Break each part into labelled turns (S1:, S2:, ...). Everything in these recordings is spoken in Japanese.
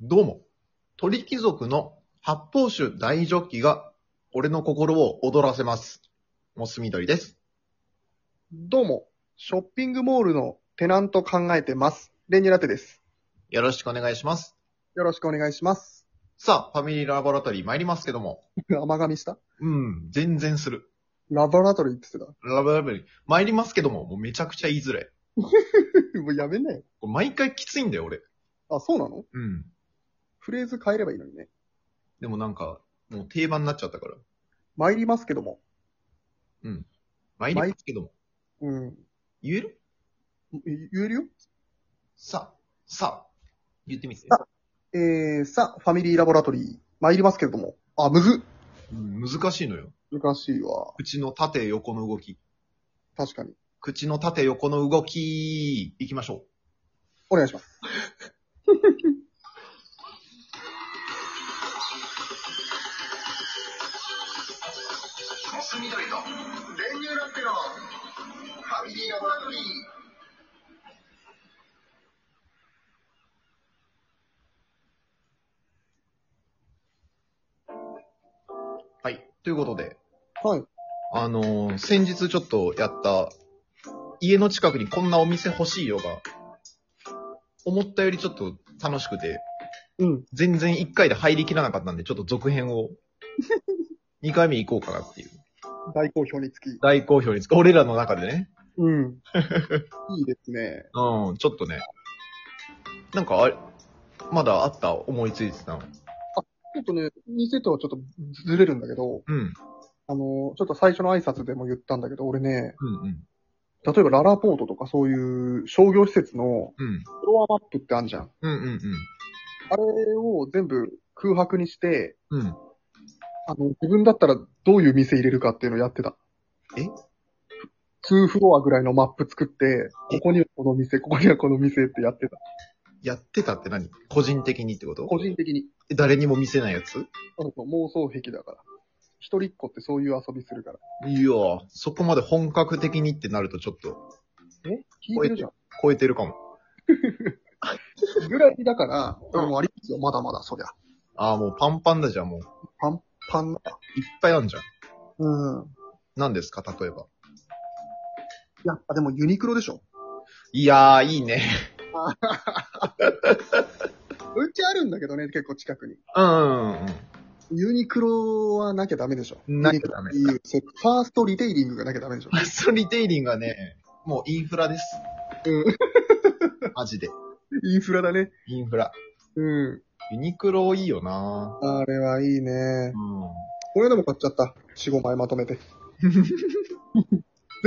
S1: どうも、鳥貴族の発泡酒大ジョッキが、俺の心を踊らせます。モス緑です。
S2: どうも、ショッピングモールのテナント考えてます。レニラテです。
S1: よろしくお願いします。
S2: よろしくお願いします。
S1: さあ、ファミリーラボラトリー参りますけども。
S2: 甘噛みした
S1: うん、全然する。
S2: ラボラトリーって言って
S1: ラブラブリー。参りますけども、もうめちゃくちゃ言いづれ。
S2: た。 もうやめなよ。
S1: これ毎回きついんだよ、俺。
S2: あ、そうなの
S1: うん。
S2: フレーズ変えればいいのにね。
S1: でもなんか、もう定番になっちゃったから。
S2: 参りますけども。
S1: 参りますけども。
S2: うん。
S1: 言える
S2: い言えるよ
S1: さあ、さあ、言ってみて。
S2: えー、さ、ファミリーラボラトリー、参りますけども。あ、むずっ。
S1: うん、難しいのよ。
S2: 難しいわ。
S1: 口の縦横の動き。
S2: 確かに。
S1: 口の縦横の動き、行きましょ
S2: お願いします。
S1: う。モス緑と、電流ラッペの、ファミリーラボラトリー。はい。ということで、
S2: はい。
S1: あのー先日ちょっとやった、家の近くにこんなお店欲しいよが、思ったよりちょっと楽しくて、
S2: うん。
S1: 全然1回で入りきらなかったんで、ちょっと続編を、2回目行こうかなっていう。
S2: 大好評につき。
S1: 大好評につき、俺らの中でね。
S2: うん。いいですね。
S1: うん、ちょっとね。なんかあれ、まだあった思いついてたの。
S2: ちょっとね、店とはちょっとずれるんだけど、
S1: うん、
S2: あの、ちょっと最初の挨拶でも言ったんだけど、俺ね、
S1: うん、うん、
S2: 例えばララポートとかそういう商業施設の
S1: うん、
S2: フロアマップってあるじゃん。
S1: うん、うん、
S2: あれを全部空白にして、
S1: うん。うん
S2: あの、自分だったらどういう店入れるかっていうのをやってた。
S1: え
S2: ?2 フロアぐらいのマップ作って、ここにはこの店、ここにはこの店ってやってた。
S1: やってたって何個人的にってこと
S2: 個人的に。
S1: 誰にも見せないやつ
S2: あの妄想癖だから。一人っ子ってそういう遊びするから。
S1: いやー、そこまで本格的にってなるとちょっと
S2: え聞いてるじゃん。
S1: 超えてるかも。
S2: ぐらいだから、俺もありますよ、まだまだ、そりゃ。
S1: あーもうパンパンだじゃん、もう。いっ
S2: パン、
S1: ぱいあんじゃん。
S2: うん。
S1: 何ですか例えば。
S2: やっぱでもユニクロでしょ。
S1: いやー、いいね。
S2: うちあるんだけどね、結構近くに。
S1: うん、 うん、うん。
S2: ユニクロはなきゃダメでしょ。
S1: なきゃダメ
S2: ユニクロっていうそうファーストリテイリングがなきゃダメでしょ
S1: フ。ァーストリテイリングはね、もうインフラです。
S2: うん。
S1: マジで。
S2: インフラだね。
S1: インフラ。
S2: うん。
S1: ユニクロいいよな
S2: あれはいいね。
S1: う
S2: 俺でも買っちゃった。4、5枚まと めて。で、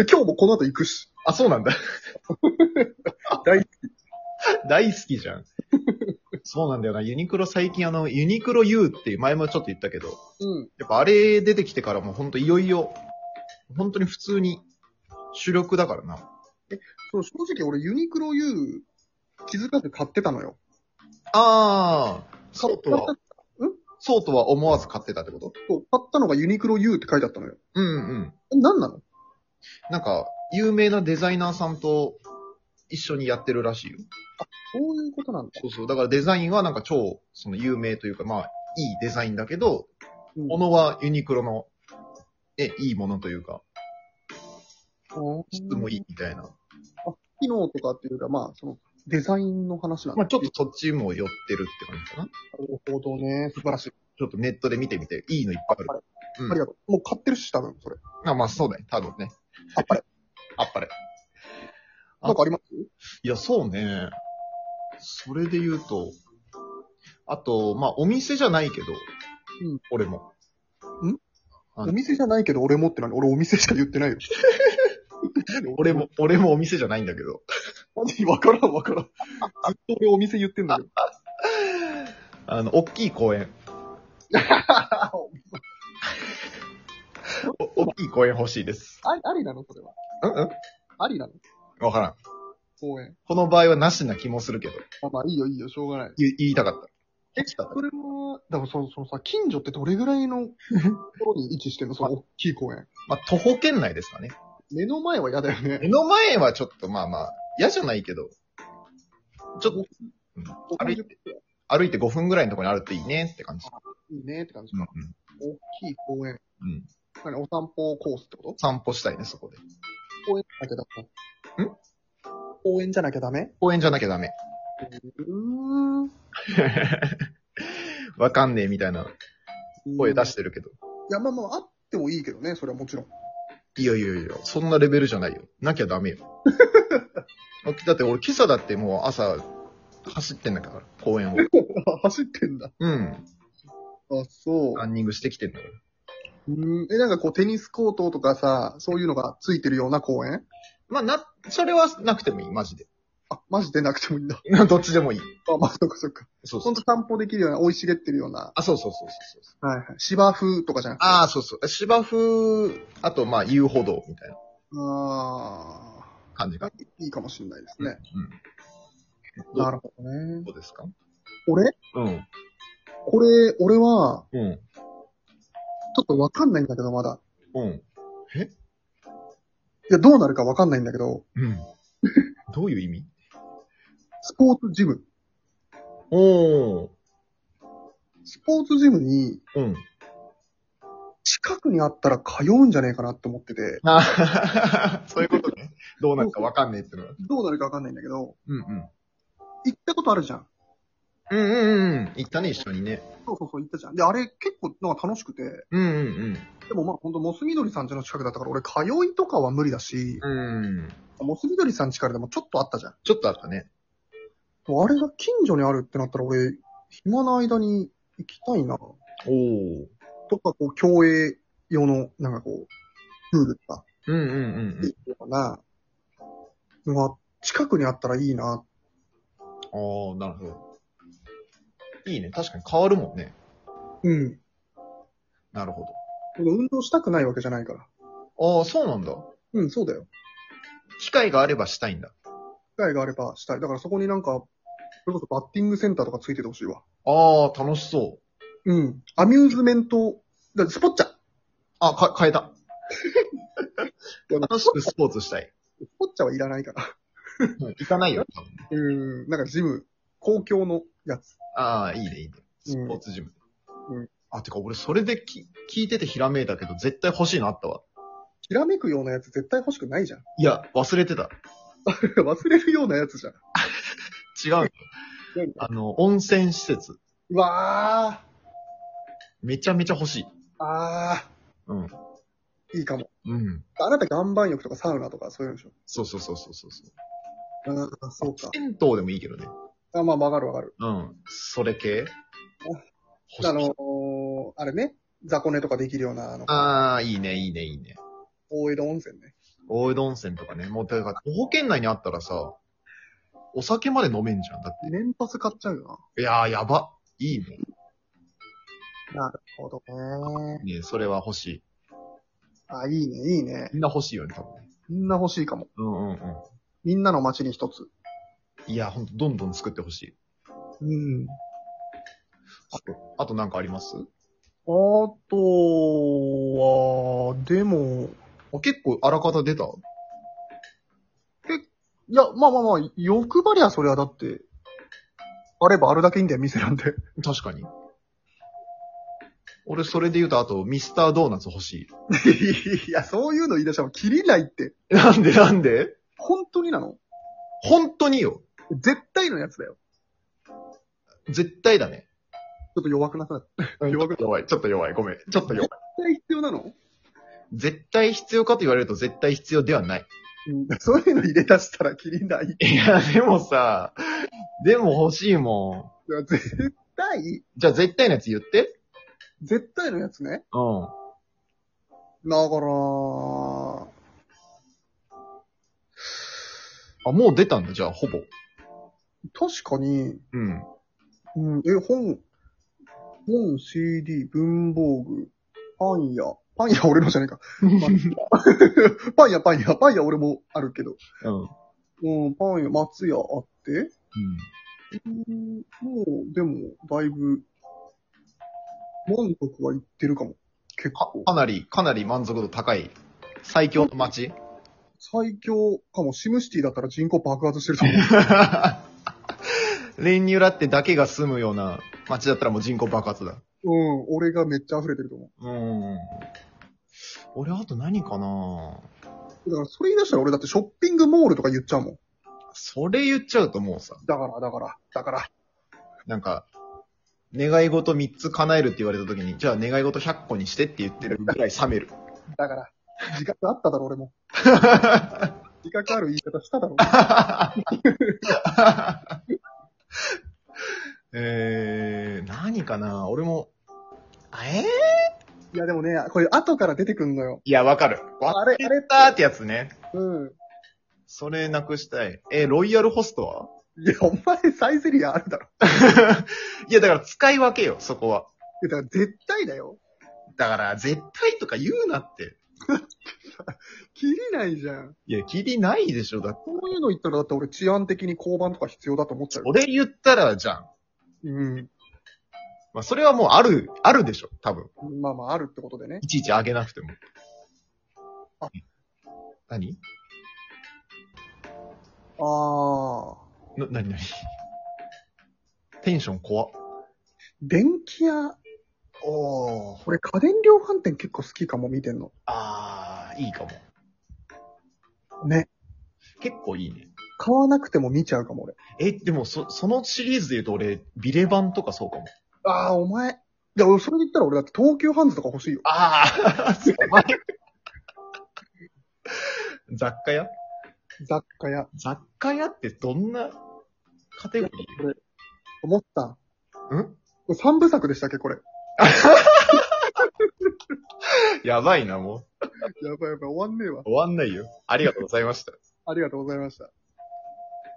S2: 今日もこの後行くし。
S1: あ、そう なんだ。
S2: 大好
S1: 大好きじゃん。そうなんだよな。ユニクロ最近あの、ユニクロ U っていう前もちょっと言ったけど、
S2: うん。
S1: やっぱあれ出てきてからもうほんといよいよ、本当に普通に主力だからな。
S2: そう、正直俺ユニクロ U 気づかず買ってたのよ。
S1: あー、そうと
S2: 買
S1: は
S2: っ、
S1: そうとは思わず買ってたってこと
S2: たそう買ったのがユニクロ U って書いてあったのよ。
S1: うんうん。
S2: え、なんなの
S1: なんか、有名なデザイナーさんと一緒にやってるらしいよ。
S2: そういうことなんだ。
S1: そうそう。だからデザインはなんか超、その有名というか、まあ、いいデザインだけど、
S2: うん
S1: ものはユニクロの、え、いいものというか、質もいいみたいな。
S2: 機能とかっていうか、まあ、その、デザインの話なんだ。
S1: まあ、ちょっとそっちも寄ってるって感じかな。
S2: なるほどね。素晴らしい。
S1: ちょっとネットで見てみて、いいのいっぱいある。うん
S2: ありがとう。もう買ってるし、多分、それ。
S1: あまあ、そうだね。多分ね。
S2: あっぱれ。
S1: あっぱれ。あ
S2: なんかあります
S1: いや、そうね。それで言うと、あと、まあ、お店じゃないけど、
S2: うん
S1: 俺も。あ
S2: お店じゃないけど俺もって何俺お店しか言って ないよ。
S1: 俺も、俺もお店じゃないんだけど。
S2: マジわからんわからん。ずっと俺お店言ってんだけど。
S1: あの、大きい公 園。
S2: あ
S1: お大きい公園欲しいです。
S2: ありありなのそれは。
S1: うんうん
S2: ありなの
S1: わからん。
S2: 公園。
S1: この場合はなしな気もするけど、
S2: あまあいいよいいよ、しょうがない。
S1: 言い言いたかった。
S2: え、それは、だからそのそのさ、近所ってどれぐらい のところに位置してんのその大きい公園。
S1: まあ、徒歩圏内ですかね。
S2: 目の前は嫌だよね。
S1: 目の前はちょっとまあまあ、嫌じゃないけど、ちょっと
S2: 歩
S1: 歩い
S2: て。
S1: 歩いて5分ぐらいのところにあるっていいねって感じ。
S2: いいねって感じ
S1: うんう
S2: か
S1: ん。。
S2: 大きい公園。
S1: うん。
S2: 何お散歩コースってこと
S1: 散歩したいね、そこで。
S2: 公園じゃなきゃダメ。ん公園じゃなき
S1: 公園じゃなきゃ
S2: ゃダメ
S1: ダメ。
S2: うーん。。
S1: わかんねえみたいな声出しててるけど。
S2: いや、まあまあ、あってもいいけどね、それはもちろん。
S1: いやいやいや、そんなレベルじゃないよ。なきゃダメよ。 だって俺今朝だってもう朝走ってんだから、公園を。
S2: 走ってんだ。
S1: うん。
S2: あ、そう
S1: ラ。ンニングしてきてんだから。
S2: うん。え、なんかこう、テニスコートとかさ、そういうのがついてるような公園
S1: まあな、それはなくてもいい、マジで。
S2: あ、マジでなくてもいいんだ。
S1: どっちでもいい。
S2: あ、まあ、そっかそっか。
S1: そうそ
S2: ほ。
S1: うん
S2: と散歩できるような、生い茂ってるような。
S1: あ、そうそうそうそうそう。
S2: はいはい。芝生とかじゃなくて。
S1: ああ、そうそう。芝生、あとまあ遊歩道みたいな
S2: あ
S1: 感じか。
S2: ーいいかもしれないですね。
S1: うん。
S2: な
S1: る
S2: るほどね。
S1: どうですか
S2: 俺
S1: うん。
S2: これ、俺は、
S1: うん。
S2: ちょっとわかんないんだけど、まだ。
S1: うん。
S2: いや、どうなるかわかんないんだけど、
S1: うん。どういう意味
S2: スポーツジム。
S1: おー。
S2: スポーツジムに、
S1: うん。
S2: 近くにあったら通うんじゃねえかなって思ってて、
S1: あそういうことね。どうなるかわかんねえってのは。
S2: どうなるかわかんないんだけど、
S1: うんうん。
S2: 行ったことあるじゃん。
S1: うんうんうん。行ったね、一緒にね。
S2: そうそうそう、行ったじゃん。で、あれ結構なんか楽しくて、
S1: うんうん
S2: でもまあほんとモス緑さん家の近くだったから、俺通いとかは無理だし、
S1: うん。うん。
S2: モス緑さん家からでもちょっとあったじゃん。
S1: ちょっとあったね。
S2: あれが近所にあるってなったら俺、暇な間に行きたいな。
S1: おー。
S2: とか、こう、競泳用の、なんかこう、プールとか、
S1: うんうん
S2: いいような、のが、近くにあったらいいな。
S1: うんうん。ああ、なるほど。いいね。確かに変わるもんね。
S2: うん。
S1: なるほ
S2: 運動したくないわけじゃないから。
S1: ど。ああ、そうなんだ。
S2: うん、そうだよ。
S1: 機会があればしたいんだ。
S2: 機会があればしたい。だからそこになんか、それこそバッティングセンターとかついててほしいわ。
S1: ああ、楽しそう。
S2: うん。アミューズメント、だスポッチャ
S1: あ、か、変えた。
S2: いや
S1: 楽しくスポーツしたい。
S2: スポッチャはいらないから。
S1: 行かないよ、多分。
S2: うん。なんかジム、公共のやつ。
S1: ああ、いいね、いいね。スポーツジム。
S2: うんう
S1: あ、てか俺それでき聞いててひらめいたけど、絶対欲しいのあったわ。
S2: ひらめくようなやつ絶対欲しくないじゃん。
S1: いや、忘れてた。
S2: 忘れるようなやつじゃん。
S1: 違う。あの、温泉施設。
S2: うわ
S1: めちゃめちゃ欲しい。
S2: ー。あ
S1: うん。
S2: ー。いいかも。
S1: うん。
S2: あなた岩盤浴とかサウナとかそういうのでしょ。
S1: そうそうそうそうそうそう。
S2: ああ、そうか。
S1: 銭湯でもいいけどね。
S2: あまあ、わかるわかる。
S1: うん。それ系欲し
S2: あ
S1: い
S2: のー、あれね、雑魚寝とかできるような、あの、
S1: ああ、いいね、いいね、いいね。
S2: 大江戸温泉ね。
S1: 大江戸温泉とかね。もう、だから、徒歩圏内にあったらさ、お酒まで飲めんじゃん。だっ
S2: 年パス買っちゃうよ
S1: て。いやー、やば。いいね。
S2: な。なるほどね。
S1: ねそれは欲しい。
S2: あ、いいね、いいね。
S1: みんな欲しいよね、多分ね。
S2: みんな欲しいかも。
S1: うんうんうん。
S2: みんなの街に一つ。
S1: いや、ほんと、どんどん作ってほしい。
S2: うん。
S1: あと、あとなんかあります
S2: あとは、でも、
S1: あ結構、あらかた出た
S2: いや、まあまあまあ、欲張りはそれはだって、あればあるだけいいんだよ、店なんで。
S1: 確かに。俺、それで言うと、あと、ミスタードーナツ欲し
S2: いや、そういうの言い出したら、切りないって。
S1: い。なんでなんで
S2: 本当になの
S1: 本当によ。
S2: 絶対のやつだよ。
S1: 絶対だね。
S2: ちょっと弱くなくなった。
S1: 弱く弱い。ちょっと弱い。ごめん。ちょっと弱い。
S2: 絶対必要なの
S1: 絶対必要かと言われると絶対必要ではない。
S2: うん。そういうの入れ出したら切りない。い
S1: いや、でもさ、でも欲しいも
S2: や絶対、
S1: ん。じゃあ絶対のやつ言って。
S2: 絶対のやつね。
S1: うん。
S2: だから、も
S1: あ、もう出たんだ、じゃあ、ほぼ。
S2: う確かに、
S1: うん。
S2: うん、え、本、本、CD、文房具、パン屋。パン屋俺のじゃねえか。 パン屋、パン屋、パン屋俺もあるけど。
S1: うん。うん。
S2: うん、パン屋、松屋あって。うん、もう、でも、だいぶ、満足はいってるかも。結構。
S1: かなり、かなり満足度高い。最強の街。
S2: 最強かも。シムシティだったら人口爆発してると思う。
S1: 練乳ラってだけが住むような街だったらもう人口爆発だ。
S2: うん、俺がめっちゃ溢れてると思
S1: うん。俺あと何かな
S2: う。だからそれ言い出したら俺だってショッピングモールとか言っちゃうもん。
S1: それ言っちゃうともうさ、
S2: だから、だから、だから。
S1: なんか、願い事3つ叶えるって言われた時に、じゃあ願い事100個にしてって言ってるぐらい冷める。
S2: だから、自覚あっただろ、俺も。 自覚ある言い方しただろ。
S1: えー、何かな俺も、えー、
S2: いや、でもね、これ後から出てくんのよ。
S1: いや、わかる。
S2: あれ、あれ、
S1: たーってやつね。
S2: うん。
S1: それなくしたい。えー、ロイヤルホストはい
S2: や、お前サイゼリアあるだろ。
S1: いや、だから使い分けよ、そこは。
S2: いや、だから絶対だよ。
S1: だから、絶対とか言うなって。
S2: 切りないじゃん。
S1: いや、きりないでしょ、だって。
S2: こういうの言ったらだって俺治安的に交番とか必要だと思っちゃうよ。
S1: 俺言ったら、じゃん。
S2: うん。
S1: まあ、それはもうある、あるでしょ、多分。
S2: まあまあ、あるってことでね。
S1: いちいちあげなくても。
S2: あ
S1: 何
S2: ああ。
S1: な、なになにテンション怖っ。
S2: 電気屋。
S1: おー。
S2: 俺家電量販店結構好きかも見てんの。
S1: あー、いいかも。
S2: ね。
S1: 結構いいね。
S2: 買わなくても見ちゃうかも俺。
S1: え、でも、そ、そのシリーズで言うと俺、ビレ版とかそうかも。
S2: ああ、お前。いや、俺それで言ったら俺だって東急ハンズとか欲しいよ。
S1: ああ、すごい。 雑貨屋
S2: 雑貨屋。
S1: 雑貨屋ってどんなカテゴリ
S2: 思った。
S1: ーん
S2: これ三部作でしたっけこれ。
S1: やばいな、も
S2: やばいやばい、終わんねえわ
S1: う。。終わんないよ。ありがとうございました。
S2: ありがとうございました。